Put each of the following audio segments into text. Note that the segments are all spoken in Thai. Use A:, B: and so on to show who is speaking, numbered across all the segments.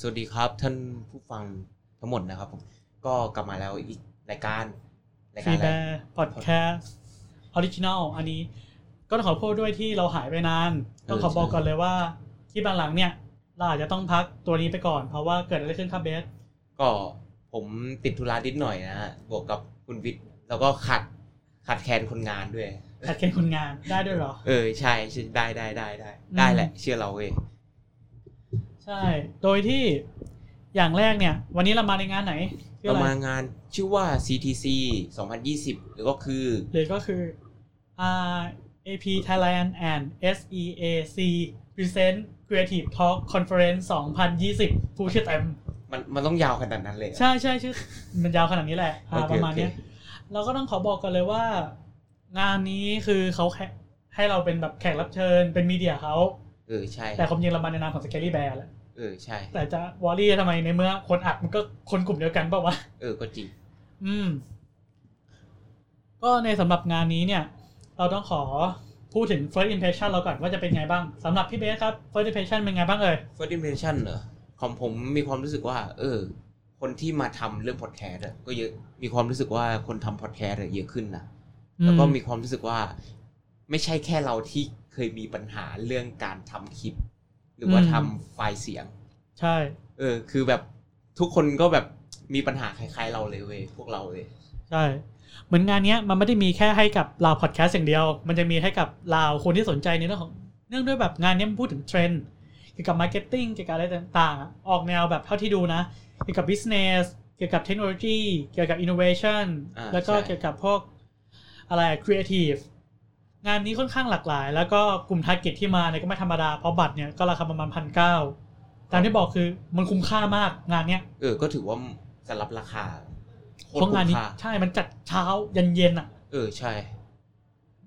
A: สวัสดีครับท่านผู้ฟังทั้งหมดนะครับผมก็กลับมาแล้วอีกรายการราย
B: ฟี
A: การ
B: แบ
A: อะไร
B: ร์พอดแคสต์ออริจินอลอันนี้ก็ต้องขอโทษด้วยที่เราหายไปนานต้องขอบอกก่อนเลยว่าคลิปหลังๆเนี่ย เราอาจจะต้องพักตัวนี้ไปก่อน เพราะว่าเกิดอะไรขึ้นครับเบส
A: ก็ผมติดธุระนิดหน่อยนะฮะบวกกับคุณวิทย์แล้วก็ขัดขัดแคลนคนงานด้วย
B: ขัดเกณฑ์คนงานได้ด้วยเหรอ
A: เออใช่ใช่ได้ได้ได้ได้ได้แหละเชื่อเราเอง
B: ใช่ โดยที่อย่างแรกเนี่ย วันนี้เรามาในงานไหนชื่อ
A: เรา
B: อะไร
A: มางานชื่อว่า CTC 2020 หรือก็คือ
B: หรือก็คือ R A P Thailand and S E A C Present Creative Talk Conference 2020ผู้ชื่อเต็ม
A: มันมันต้องยาวขนาดนั้นเลยเหรอ
B: ใช่ใช่ชื่อมันยาวขนาดนี้แหละอ่า
A: โอเค
B: ประมาณเนี้ย
A: โอเค
B: เราก็ต้องขอบอกกันเลยว่า งานนี้คือเขาแค่ให้เราเป็นแบบแขกรับเชิญเป็นมีเดียเขา
A: เออใช่
B: แต่ความจริงเรามาในนามของส c ก r ี่แบร์แหละ
A: เออใช่
B: แต่จะวอรี่ทำไมในเมื่อคนอัดมันก็คนกลุ่มเดียวกันเปล่าวะ
A: เออก็จริง
B: อืม ก็ในสำหรับงานนี้เนี่ย เราต้องขอพูดถึง first impression เราก่อนว่าจะเป็นไงบ้างสำหรับพี่เบสครับ first impression เป็นไงบ้างเอ่ย
A: first impression เหรอของผมมีความรู้สึกว่า เออ คนที่มาทำเรื่องพอดแคสต์อะก็เยอะมีความรู้สึกว่าคนทำพอดแคสต์อะเยอะขึ้นนะแล้วก็มีความรู้สึกว่า ไม่ใช่แค่เราที่เคยมีปัญหาเรื่องการทำคลิป หรือว่า
B: อืม
A: ทำไฟล์เสียง
B: ใช่
A: เออ คือแบบทุกคนก็แบบมีปัญหาคล้ายๆเราเลยเว้ยพวกเราเลย
B: ใช่ เหมือนงานเนี้ยมันไม่ได้มีแค่ให้กับลาวพอดแคสต์อย่างเดียว มันจะมีให้กับลาวคนที่สนใจในเรื่องของ เนื่องด้วยแบบงานเนี้ยมันพูดถึงเทรนด์เกี่ยวกับมาร์เก็ตติ้งเกี่ยวกับอะไรต่างๆอะออกแนวแบบเท่าที่ดูนะ เกี่ยวกับบิสเนสเกี่ยวกับเทคโนโลยีเกี่ยวกับอินโนเวชัน
A: อ่า
B: แล้วก็
A: ใช่
B: เกี่ยวกับพวกอะไรครีเอทีฟงานนี้ค่อนข้างหลากหลาย แล้วก็กลุ่มทาร์เก็ตที่มาเนี่ยก็ไม่ธรรมดาเพราะบัตรเนี่ยก็ราคาประมาณพันเก้าตามที่บอกคือมันคุ้มค่ามากงานเนี้ย
A: เออ ก็ถือว่าสำหรับราคาโคต
B: เพ
A: ร
B: ราะงาน
A: คุ้ม
B: นี้
A: ค่า
B: ใช่มันจัดเช้ายันเย็นอ่ะ
A: เออใช่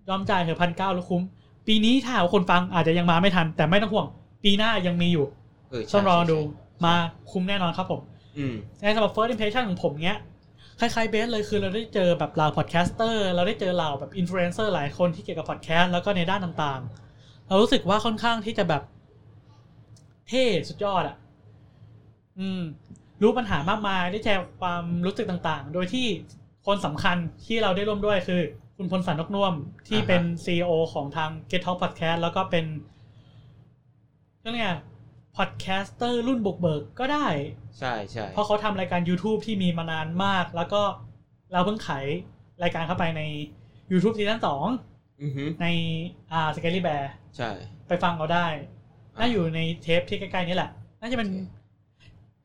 B: ยอมจ่ายเถอะพันเก้าแล้วคุ้ม ปีนี้ถ้าหากว่าคนฟังอาจจะยังมาไม่ทัน แต่ไม่ต้องห่วง ปีหน้ายังมีอยู่
A: เออใช่
B: ต้องรอดู
A: ใช่ใช่
B: มาคุ้มแน่นอนครับผม
A: อืม
B: ในสำหรับ first impression ของผมเนี้ย คล้ายๆเบสเลยคือเราได้เจอแบบเหล่าพอดแคสเตอร์เราได้เจอเหล่าแบบอินฟลูเอนเซอร์หลายคนที่เกี่ยวกับพอดแคสต์แล้วก็ในด้านต่างๆ เรารู้สึกว่าค่อนข้างที่จะแบบ เท่สุดยอดอ่ะ อืม รู้ปัญหามากมายได้แชร์ความรู้สึกต่างๆ โดยที่คนสำคัญที่เราได้ร่วมด้วยคือ คุณพลสันนกน่วมที่
A: อ่าฮะ
B: เป็น CEO ของทาง Get Talk Podcast แล้วก็เป็นเรื่องไงพอดแคสเตอร์รุ่นบุกเบิกก็ได้
A: ใช่ใช่
B: เพราะเขาทำรายการ YouTube ที่มีมานานมาก แล้วก็เราเพิ่งขายรายการเข้าไปใน YouTube ซีซั่นสอง
A: อือฮึ
B: ในอ่าสเกลลี่แบร์
A: ใช่
B: ไปฟังเขาได้ น่าอยู่ในเทปที่ใกล้ๆนี้แหละ น่าจะเป็น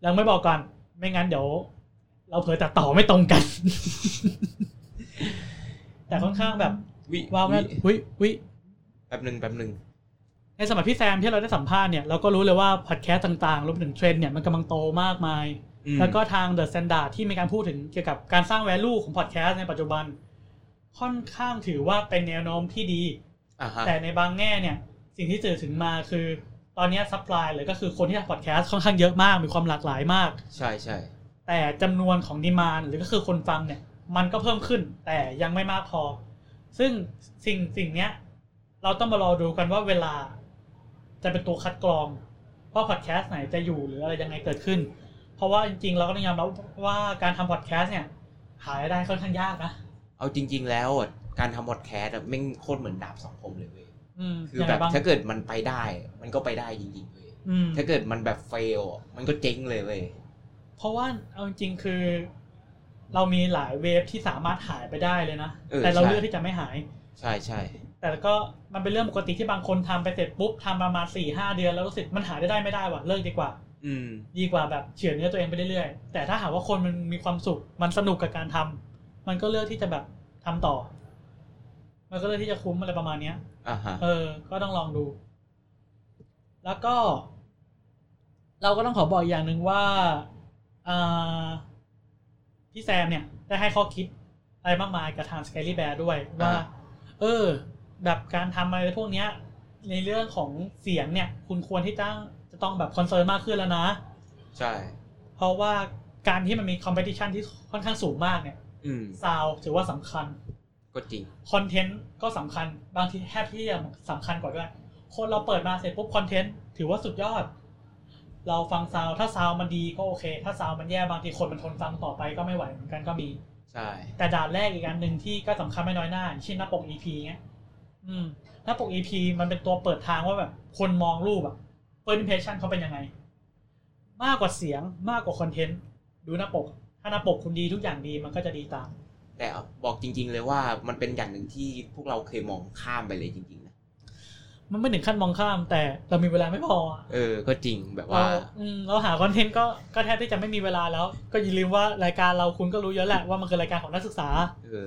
B: ยังไม่บอกก่อน ไม่งั้นเดี๋ยว เราเผลอตัดต่อไม่ตรงกัน แต่ค่อนข้างแบบ
A: วิ
B: ว้าวนะ
A: วิ
B: วิวิ
A: แป๊บหนึ่งแป๊บหนึ่ง
B: ในสมัยพี่แซมที่เราได้สัมภาษณ์เนี่ยเราก็รู้เลยว่าพอดแคสต์ต่างๆรวมถึงเทรนด์เนี่ยมันกำลังโตมากมาย
A: อืม
B: แล้วก็ทาง The Standard ที่มีการพูดถึงเกี่ยวกับการสร้าง value ของ podcast ในปัจจุบัน ค่อนข้างถือว่าเป็นแนวโน้มที่ดี
A: อ่าฮะ
B: แต่ในบางแง่เนี่ย สิ่งที่สื่อถึงมาคือ ตอนเนี้ซัพพลายเลยก็คือคนที่ทำ podcast ค่อนข้างเยอะมาก มีความหลากหลายมาก
A: ใช่ใช่
B: แต่จำนวนของดีมานหรือก็คือคนฟังเนี่ย มันก็เพิ่มขึ้น แต่ยังไม่มากพอ ซึ่งสิ่งสิ่งเนี้ย เราต้องมารอดูกันว่าเวลาจะเป็นตัวคัดกรองว่าพอดแคสต์ไหนจะอยู่หรืออะไรยังไงเกิดขึ้น เพราะว่าจริงๆ เราก็ต้องยอมรับว่าการทำพอดแคสต์เนี่ย หายได้ค่อนข้างยากนะ
A: เอาจริง ๆ แล้วอะการทำพอดแคสต์อะแม่งโคตรเหมือนดาบสองคมเลยเว้ย
B: อืม
A: คือ
B: ยัง
A: แบ
B: ไง
A: บ
B: บ้าง
A: ถ้าเกิดมันไปได้มันก็ไปได้จริงๆเว้ย
B: อืม
A: ถ้าเกิดมันแบบเฟลมันก็เจ๊งเลยเว้ย
B: เพราะว่าเอาจริงๆคือ เรามีหลายเวฟที่สามารถหายไปได้เลยนะแต่เราเลือกที่จะไม่หาย
A: ใช่ใช่
B: แต่ก็มันเป็นเรื่องปกติที่บางคนทำไปเสร็จปุ๊บทำประมาณสี่ห้าเดือนแล้วรู้สึกมันหาได้ได้ไม่ได้ว่ะเลิกดีกว่า
A: อืม
B: ดีกว่าแบบเฉือนเนื้อตัวเองไปเรื่อยๆแต่ถ้าหากว่าคนมันมีความสุขมันสนุกกับการทำมันก็เลือกที่จะแบบทำต่อ มันก็เลือกที่จะคุ้มอะไรประมาณเนี้ย
A: อ่าฮะ
B: เออ ก็ต้องลองดู แล้วก็ เราก็ต้องขอบอกอีกอย่างหนึ่งว่าอ่าพี่แซมเนี่ย ได้ให้ข้อคิดอะไรมากมายกับทางส c a ลี่แบร์ด้วย ว่า เออ แบบการทำอะไรพวกเนี้ย ในเรื่องของเสียงเนี่ย คุณควรที่ตั้งจะต้องแบบคอนเซิร์นมากขึ้นแล้วนะ
A: ใช่
B: เพราะว่าการที่มันมีคอมเพติชันที่ค่อนข้างสูงมากเนี่ย
A: อืม
B: ซาวถือว่าสำคัญ
A: ก็จริง
B: คอนเทนต์ก็สำคัญบางทีแทบที่จะสำคัญกว่าด้วย คนเราเปิดมาเสร็จปุ๊บคอนเทนต์ถือว่าสุดยอด เราฟังซาวด์ถ้าซาวด์มันดีก็โอเค ถ้าซาวด์มันแย่บางทีคนมันทนฟังต่อไปก็ไม่ไหวเหมือนกันก็มี
A: ใช่
B: แต่ด่านแรกอีกอันหนึ่งที่ก็สำคัญไม่น้อยหน้าอย่างเช่นหน้าปก EP เงี้ย อืม หน้าปก EP มันเป็นตัวเปิดทางว่าแบบ คนมองรูปอะ first impression เขาเป็นยังไง มากกว่าเสียงมากกว่าคอนเทนต์ดูหน้าปก ถ้าหน้าปกคุณดีทุกอย่างดีมันก็จะดีตาม
A: แต่บอกจริง ๆ เลยว่ามันเป็นอย่างหนึ่งที่พวกเราเคยมองข้ามไปเลยจริงๆนะ
B: มันไม่ถึงขั้นมองข้าม แต่เรามีเวลาไม่พออะ
A: เออ ก็จริงแบบ
B: เรา
A: ว่า
B: อืมเราหาคอนเทนต์ก็ก็แทบที่จะไม่มีเวลาแล้ว ก็อย่าลืมว่ารายการเราคุณก็รู้เยอะแหละว่ามันคือรายการของนักศึกษา
A: เออ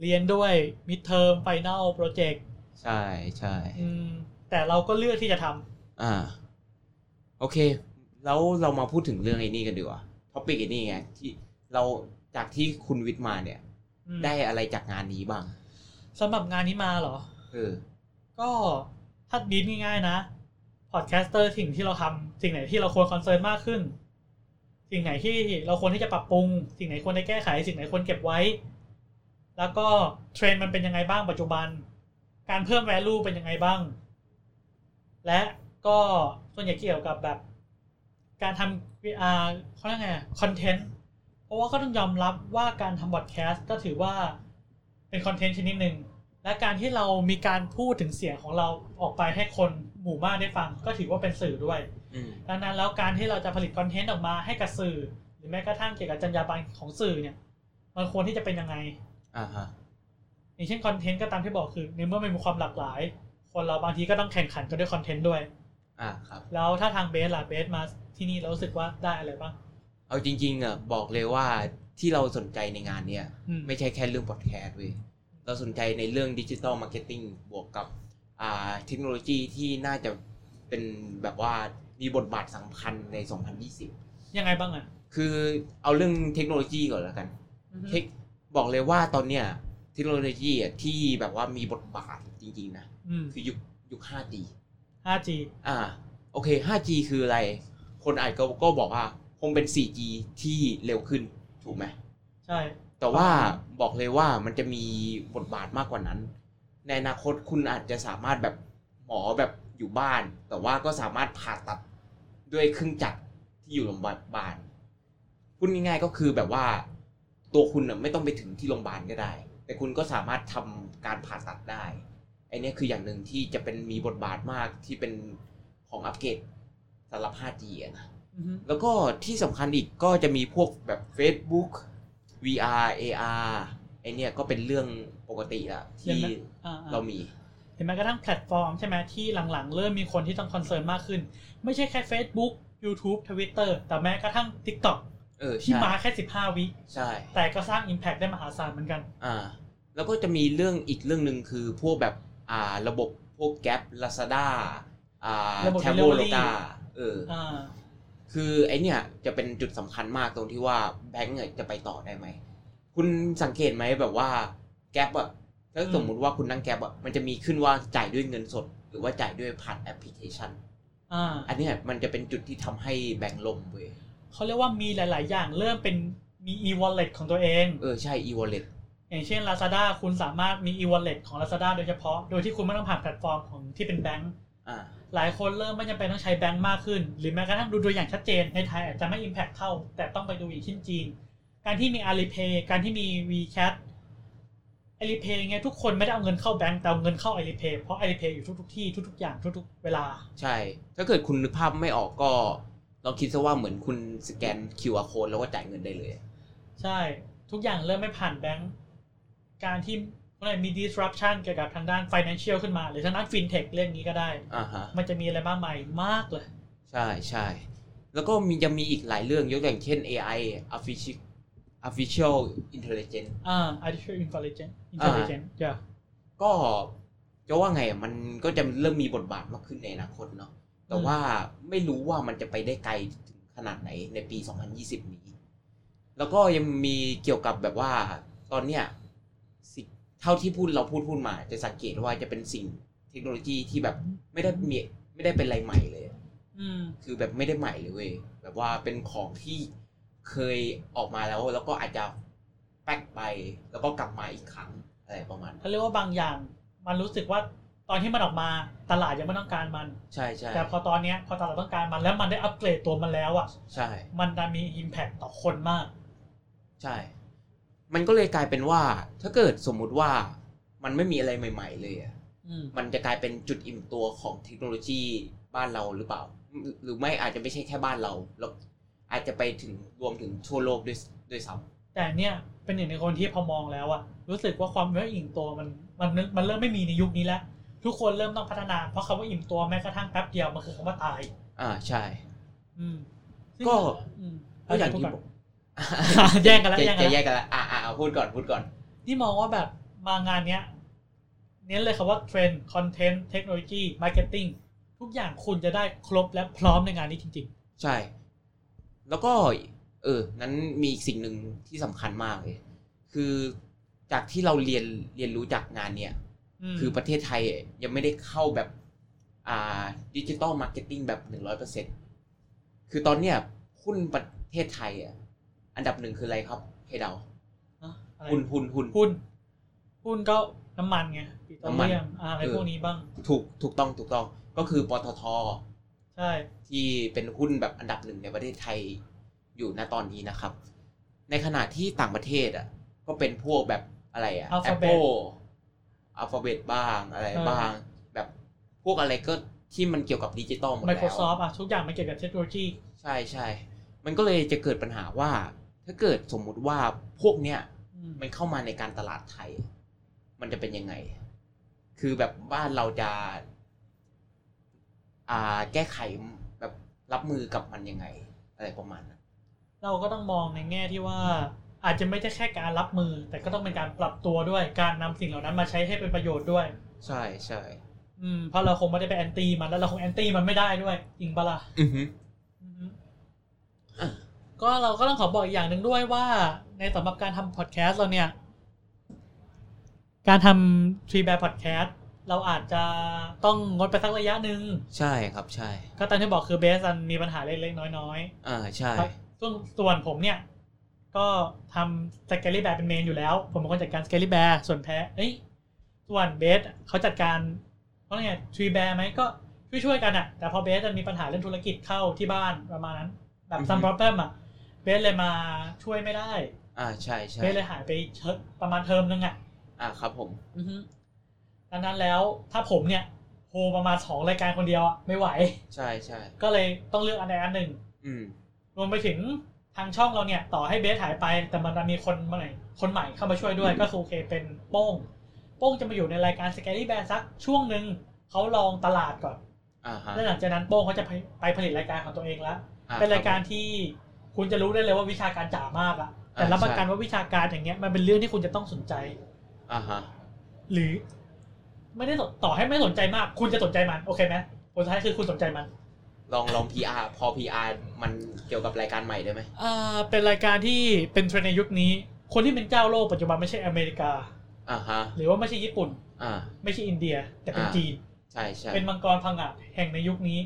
B: เรียนด้วย midterm final project
A: ใช่ใช่
B: อืมแต่เราก็เลือกที่จะทำ
A: อ่า โอเค แล้วเรามาพูดถึงเรื่องไอ้นี่กันดีกว่าท็อปิกไอ้นี่ไงที่เราจากที่คุณวิทย์มาเนี่ย
B: อืม
A: ได้อะไรจากงานนี้บ้าง
B: สำหรับงานนี้มาเหรอ
A: เออ
B: ก็ถ้าบีบง่ายๆนะ พอดแคสเตอร์สิ่งที่เราทำสิ่งไหนที่เราควรคอนเซิร์นมากขึ้น สิ่งไหนที่เราควรที่จะปรับปรุง สิ่งไหนควรได้แก้ไข สิ่งไหนควรเก็บไว้ แล้วก็เทรนด์มันเป็นยังไงบ้างปัจจุบัน การเพิ่ม value เป็นยังไงบ้าง และก็ส่วนใหญ่เกี่ยวกับแบบ การทำ VR เขาเรียกไงคอนเทนต์เพราะว่าก็ต้องยอมรับว่าการทำบอดแคสต์ก็ถือว่าเป็นคอนเทนต์ชนิดหนึ่ง และการที่เรามีการพูดถึงเสียงของเราออกไปให้คนหมู่มากได้ฟัง ก็ถือว่าเป็นสื่อด้วย
A: อืม
B: ดังนั้นแล้วการที่เราจะผลิตคอนเทนต์ออกมาให้กับสื่อ หรือแม้กระทั่งเกี่ยวกับจรรยาบรรณของสื่อเนี่ย มันควรที่จะเป็นยังไง
A: อ่าฮะ
B: อย่างเช่นคอนเทนต์ก็ตามที่บอกคือในเมื่อมันมีความหลากหลาย คนเราบางทีก็ต้องแข่งขันกันด้วยคอนเทนต์ด้วย
A: อ่าครับ
B: แล้วถ้าทางเบสล่ะเบสมาที่นี่แล้วรู้สึกว่าได้อะไรบ้าง
A: เอาจริงๆอ่ะบอกเลยว่าที่เราสนใจในงานเนี่ย
B: อืม
A: ไม่ใช่แค่เรื่องพอดแคสต์เว้ย เราสนใจในเรื่องดิจิ t a ลมาร์เก็ตติ้งบวกกับอ่าเทคโนโลยีที่น่าจะเป็นแบบว่ามีบทบาทสำคัญใน 2020
B: ยังไงบ้างอ่ะ
A: คือเอาเรื่องเทคโนโลยีก่อนแล้วกัน เทคบอกเลยว่าตอนเนี้ยเทคโนโลยีอ่ะที่แบบว่ามีบทบาทจริงๆนะ
B: อืม
A: คือยุคยุค 5G
B: 5G
A: อ่า โอเค 5G คืออะไร คนอาจก็ก็บอกว่าคงเป็น 4G ที่เร็วขึ้นถูกไหม
B: ใช่
A: แต่ว่าบอกเลยว่ามันจะมีบทบาทมากกว่านั้น ในอนาคตคุณอาจจะสามารถแบบหมอแบบอยู่บ้าน แต่ว่าก็สามารถผ่าตัดด้วยเครื่องจักรที่อยู่โรงพยาบาลพูดง่ายๆก็คือแบบว่า ตัวคุณน่ะไม่ต้องไปถึงที่โรงพยาบาลก็ได้ แต่คุณก็สามารถทำการผ่าตัดได้ไอเนี้ยคืออย่างหนึ่งที่จะเป็นมีบทบาทมากที่เป็นของอัปเกรดสำหรับ 5G อะนะ
B: อือฮึ
A: แล้วก็ที่สำคัญอีกก็จะมีพวกแบบ Facebook VR AR ไอเนี่ยก็เป็นเรื่องปกติละที่
B: อ่ๆ
A: เรามี
B: เห็นไหมกระทั่งแพลตฟอร์มใช่ไหมที่หลังๆ เริ่มมีคนที่ต้องคอนเซิร์นมากขึ้น ไม่ใช่แค่ Facebook YouTube Twitter แต่แม้กระทั่ง TikTok
A: เออ
B: ที่
A: ใช่
B: มาแค่ 15 วิ
A: ใช่
B: แต่ก็สร้าง Impact ได้มหาศาลเหมือนกัน
A: อ่า แล้วก็จะมีเรื่องอีกเรื่องหนึ่งคือพวกแบบอ่าระบบพวก Gap Lazada อ่า
B: ระบบ
A: แทมโบ
B: delivery
A: โลกาเอออ
B: อ่า
A: คือไอเนี่ยจะเป็นจุดสำคัญมากตรงที่ว่าแบงก์เนี่ยจะไปต่อได้ไหม คุณสังเกตไหมแบบว่า Gap อะถ้าสมมุติว่าคุณนั่ง Gap อะมันจะมีขึ้นว่าจ่ายด้วยเงินสด หรือว่าจ่ายด้วยผ่านแอปพลิเคชัน
B: อ่า
A: อันเนี้ยมันจะเป็นจุดที่ทำให้แบงค์ล่มเว้ย
B: เขาเรียกว่ามีหลาย ๆ อย่างเริ่มเป็นมี e-wallet ของตัวเอง
A: เออใช่ e-wallet
B: อย่างเช่น Lazada คุณสามารถมี e-wallet ของ Lazada โดยเฉพาะ โดยที่คุณไม่ต้องผ่านแพลตฟอร์มของที่เป็นแบงก์
A: อ่า
B: หลายคนเริ่มไม่จำเป็นต้องใช้แบงก์มากขึ้น หรือแม้กระทั่งดูตัวอย่างชัดเจนในไทยอาจจะไม่ Impact เท่า แต่ต้องไปดูอย่างเช่นจีน การที่มี Alipay การที่มี WeChat Alipay เงี้ยทุกคนไม่ได้เอาเงินเข้าแบงก์แต่เอาเงินเข้า Alipay เพราะ Alipay อยู่ทุกๆที่ทุกๆอย่างทุกๆเวลา
A: ใช่ ถ้าเกิดคุณนึกภาพไม่ออกก็ลองคิดซะว่าเหมือนคุณสแกน QR code แล้วก็จ่ายเงินได้เลย
B: ใช่ทุกอย่างเริ่มไม่ผ่านแบงก์การที่อะไรมี disruption เกี่ยวกับทางด้าน financial ขึ้นมา หรือทางด้าน fintech เรื่องนี้ก็ได้
A: อ่าฮะ
B: มันจะมีอะไรมากมายมากเลย
A: ใช่ใช่ แล้วก็มียังมีอีกหลายเรื่องยกอย่างเช่น AI artificial artificial intelligence
B: อ่า artificial intelligence intelligence จ้ะ
A: ก็จะว่าไงอะมันก็จะเริ่มมีบทบาทมากขึ้นในอนาคตเนาะ แต่ว่าไม่รู้ว่ามันจะไปได้ไกลถึงขนาดไหนในปี 2020 นี้ แล้วก็ยังมีเกี่ยวกับแบบว่าตอนเนี้ยสิเท่าที่พูดเราพูดพูดมา จะสังเกตว่าจะเป็นสิ่งเทคโนโลยีที่แบบไม่ได้มีไม่ได้เป็นอะไรใหม่เลย
B: อืม
A: คือแบบไม่ได้ใหม่เลยเว้ยแบบว่าเป็นของที่เคยออกมาแล้ว แล้วก็อาจจะแป๊กไป แล้วก็กลับมาอีกครั้งอะไรประมาณนั้น
B: เขาเรียกว่าบางอย่างมันรู้สึกว่า ตอนที่มันออกมาตลาดยังไม่ต้องการมัน
A: ใช่ใช่
B: แต่พอตอนเนี้ยพอตลาดต้องการมันแล้วมันได้อัปเกรดตัวมันแล้วอ่ะ
A: ใช่
B: มันจะมีอิมแพ t ต่อคนมาก
A: ใช่ มันก็เลยกลายเป็นว่า ถ้าเกิดสมมุติว่ามันไม่มีอะไรใหม่ ๆ เลยอะ
B: อืม
A: มันจะกลายเป็นจุดอิ่มตัวของเทคโนโลยีบ้านเราหรือเปล่า หรือไม่อาจจะไม่ใช่แค่บ้านเราแล้วอาจจะไปถึงรวมถึงทั่วโลกด้วยด้วยซ้
B: แต่เนี่ยเป็นหนึ่งในคนที่พอมองแล้วอ่ะรู้สึกว่าความว่าอิ่มตัวมันมันมันเริ่มไม่มีในยุคนี้แล้ว ทุกคนเริ่มต้องพัฒนา เพราะคำว่าอิ่มตัวแม้กระทั่งแป๊บเดียวมันคือคำว่าตาย
A: ำอ่าใช่
B: อืมซึ่ง
A: ก็
B: อืม
A: ก็อย่างที่
B: พูด
A: บ
B: ก่
A: อน ก
B: แย่งกันแล้ว
A: จะ
B: แย่งกันแล้ว
A: จะแยกกันละอ่าอ่าพูดก่อนพูดก่อน
B: นี่มองว่าแบบมางานเนี้ยเน้นเลยคำว่าเทรนด์คอนเทนต์เทคโนโลยีมาร์เก็ตติ้งทุกอย่างคุณจะได้ครบและพร้อมในงานนี้จริง
A: ใช่ แล้วก็ เออ นั้นมีอีกสิ่งหนึ่งที่สำคัญมากเลย คือจากที่เราเรียนเรียนรู้จากงานเนี่ย
B: ๆ อืม
A: คือประเทศไทยยังไม่ได้เข้าแบบ อ่าดิจิตอลมาร์เก็ตติ้งแบบหนึ่งร้อยเปอร์เซ็นคือตอนเนี้ยหุ้นประเทศไทยอ่ะ อันดับหนึ่งคืออะไรครับ ให้เดา
B: อะอะไร
A: หุ้นหุ้นหุ้น
B: หุ้นหุ้นก็น้ำมันไงปิโตร
A: น้ำมัน
B: เลียมอะอะไร
A: เออ
B: พวกนี้บ้าง
A: ถูกถูกต้องถูกต้อง ก็คือปตท
B: ใช่
A: ที่เป็นหุ้นแบบอันดับหนึ่งในประเทศไทยอยู่ณตอนนี้นะครับ ในขณะที่ต่างประเทศอ่ะ ก็เป็นพวกแบบอะไรอ่ะ
B: Alphabet
A: Apple Alphabet บ้างอะไรบ้าง แบบพวกอะไรก็ที่มันเกี่ยวกับดิจิตอลหมด
B: ไม
A: แล้ว
B: โครซอฟท์อ่ะทุกอย่างมันเกี่ยวกับเทคโนโลยี
A: ใช่ใช่ มันก็เลยจะเกิดปัญหาว่า ถ้าเกิดสมมุติว่าพวกเนี้ย
B: อืม
A: มันเข้ามาในการตลาดไทย มันจะเป็นยังไง คือแบบบ้านเราจะ อ่าแก้ไขแบบรับมือกับมันยังไง อะไรประมาณนั้น
B: เราก็ต้องมองในแง่ที่ว่า อาจจะไม่ใช่แค่การรับมือ แต่ก็ต้องเป็นการปรับตัวด้วยการนำสิ่งเหล่านั้นมาใช้ให้เป็นประโยชน์ด้วย
A: ใช่ใช่
B: อืมเพราะเราคงไม่ได้ไปแอนตี้มันแล้วเราคงแอนตี้มันไม่ได้ด้วยจริงปะล่ะ
A: อือฮึ
B: อือฮึ
A: อ่ะ
B: ก็เราก็ต้องขอบอกอีกอย่างหนึ่งด้วยว่า ในสำหรับการทำพอดแคสต์เราเนี่ย การทำทรีแบร์พอดแคสต์เราอาจจะต้องงดไปสักระยะหนึ่ง
A: ใช่ครับใช่
B: ก็ตามที่บอกคือเบสมันมีปัญหาเล็กๆน้อย
A: อ่าใช่
B: ๆส่วนส่วนผมเนี่ย ก็ทำสเกลลี่แบร์เป็นเมนอยู่แล้ว ผมเป็นคนจัดการสเกลลี่แบร์ส่วนแพ้เอ้ยส่วนเบสเขาจัดการเขาเรียกไงทรีแบร์ไหมก็ช่วยๆกันอะแต่พอเบสมันมีปัญหาเรื่องธุรกิจเข้าที่บ้านประมาณนั้น แบบซัม
A: อือฮึ
B: ปรบเบิมอะเบสเลยมาช่วยไม่ได้
A: อ่าใช่ใช่
B: เบสเลยหายไปเชดประมาณเทอมนึงอะ
A: อ่าครับผม
B: ดังนั้นแล้วถ้าผมเนี่ยโฮประมาณสองรายการคนเดียวอะไม่ไหว
A: ใช่ใช่
B: ก็เลยต้องเลือกอันใดอันหนึ่ง
A: อืม
B: รวมไปถึงทางช่องเราเนี่ยต่อให้เบสหายไป แต่มันมีคนใหม่คนใหม่เข้ามาช่วยด้วยก็คือโอเคเป็นโป้ง โป้งจะมาอยู่ในรายการสแกรี่แบนสักช่วงหนึ่งเขาลองตลาดก่อน
A: อ่าฮะ
B: แล้วหลังจากนั้นโป้งเขาจะไปไปผลิตรายการของตัวเองแล้ว
A: อ่
B: เป็นรายการ
A: คบ
B: ที่คุณจะรู้ได้เลยว่าวิชาการจ๋ามากอะแต่
A: อ่า
B: รับประ
A: ใช่
B: กันว่าวิชาการอย่างเงี้ยมันเป็นเรื่องที่คุณจะต้องสนใจ
A: ผมอ่าฮะ
B: หรือ ไม่ได้สนต่อให้ไม่สนใจมาก คุณจะสนใจมันโอเคไหมผลสุดท้ายคือคุณสนใจมัน
A: ลองลอง PR พอ PR มันเกี่ยวกับรายการใหม่ได้ไหม
B: อ่าเป็นรายการที่เป็นเทรนด์ในยุคนี้ คนที่เป็นเจ้าโลกปัจจุบันไม่ใช่อเมริกา
A: อ่าฮะ
B: หรือว่าไม่ใช่ญี่ปุ่น
A: อ่า
B: ไม่ใช่อินเดีย แต่เป็น
A: อ่า
B: จีน
A: ใช่ใช่
B: เป็นมังกรพังงะแห่งในยุคนี้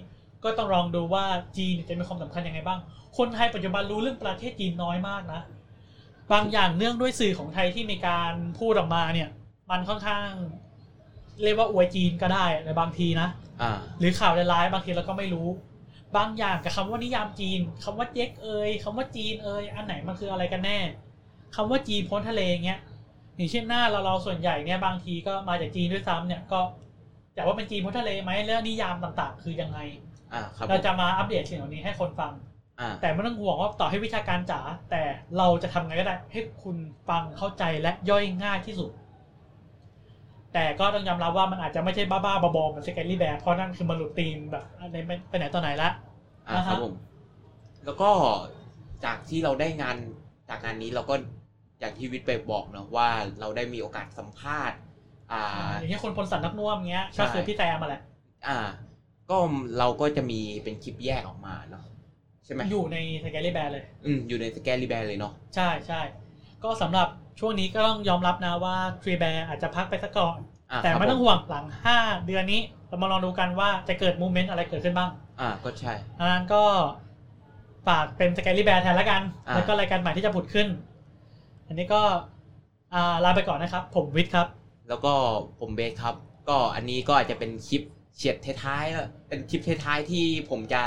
B: ก็ต้องลองดูว่าจีนจะมีความสำคัญยังไงบ้าง คนไทยปัจจุบันรู้เรื่องประเทศจีนน้อยมากนะ บางอย่างเนื่องด้วยสื่อของไทยที่มีการพูดออกมาเนี่ย มันค่อนข้าง เรียกว่าอวยจีนก็ได้ในบางทีนะ
A: อ่า
B: หรือข่าวร้ายๆบางทีเราก็ไม่รู้ บางอย่างกับคำว่านิยามจีนคำว่าเจ๊กเอยคำว่าจีนเอยอันไหนมันคืออะไรกันแน่คำว่าจีนพ้นทะเลเงี้ยอย่างเช่นหน้าเราเราส่วนใหญ่เนี่ยบางทีก็มาจากจีนด้วยซ้ำเนี่ยก็อยากว่าเป็นจีนพ้นทะเลไหมแล้วนิยามต่างๆ คือยังไง
A: อ่า ครับ
B: เราจะมาอัปเดตสิ่งเหล่านี้ให้คนฟัง
A: อ่า
B: แต่ไม่ต้องห่วงว่าต่อให้วิชาการจ๋าแต่เราจะทำไงก็ได้ ให้คุณฟังเข้าใจและย่อยง่ายที่สุด แต่ก็ต้องยอมรับว่ามันอาจจะไม่ใช่บ้าๆบอๆเหมือนสแกนลี่แบร์เพราะนั่นคือมันหลุดธีมแบบอะไรไม่ไปไหนต่อไหนละ
A: อ่า
B: อ่าฮะ
A: ครับผม แล้วก็จากที่เราได้งานจากงานนี้เราก็อย่างที่วิทย์ไปบอกเนอะว่าเราได้มีโอกาสสัมภาษณ์ อ่า
B: อย่างเช่นคนพลสันนักน่วมเงี้ย
A: ใช่
B: ก็คือพี่แตมมาแหละ
A: อ่า ก็เราก็จะมีเป็นคลิปแยกออกมาเนาะใช่ไหม
B: อยู่ในสแกนลี่แบร์เลย
A: อืมอยู่ในสแกลลีแบร์เลยเนาะ
B: ใช่ใช่ก็สำหรับช่วงนี้ก็ต้องยอมรับนะว่าทรีแบร์อาจจะพักไปสักก่อน
A: อ่า
B: แต่
A: ครับ
B: ไม่ต้อง
A: ผ
B: ห่วงหลัง 5 เดือนนี้ เรามาลองดูกันว่าจะเกิดมูเมนต์อะไรเกิดขึ้นบ้าง
A: อ่าก็ใช่
B: อันนั้นก็ฝากเป็นสแกลลี่แบร์แทนละกัน
A: อ่า
B: แล้วก็รายการใหม่ที่จะผุดขึ้น อันนี้ก็อ่าลาไปก่อนนะครับ ผมวิทย์ครับ
A: แล้วก็ผมเบสครับ ก็อันนี้ก็อาจจะเป็นคลิปเฉียดท้ายๆแล้วเป็นคลิปท้ายๆที่ผมจะ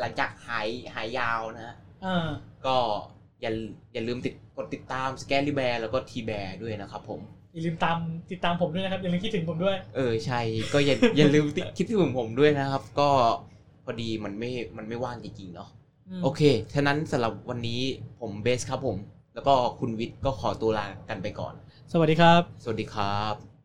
A: หลังจากหายหายยาวนะ
B: อ่า
A: ก็อย่าอย่าลืมติดกดติดตามสแกนลิแบร์แล้วก็ทีแบร์ด้วยนะครับผม
B: อย่าลืมตามติดตามผมด้วยนะครับอย่าลืมคิดถึงผมด้วย
A: เออใช่ก็อย่า อย่าลืมติดคิดถึงผมด้วยนะครับ ก็พอดีมันไม่มันไม่ว่างจริงๆเนาะ
B: ม
A: โอเคฉะนั้นสำหรับวันนี้ผมเบสครับผม แล้วก็คุณวิทย์ก็ขอตัวลากันไปก่อน
B: สวัสดีครับ
A: สวัสดีครับ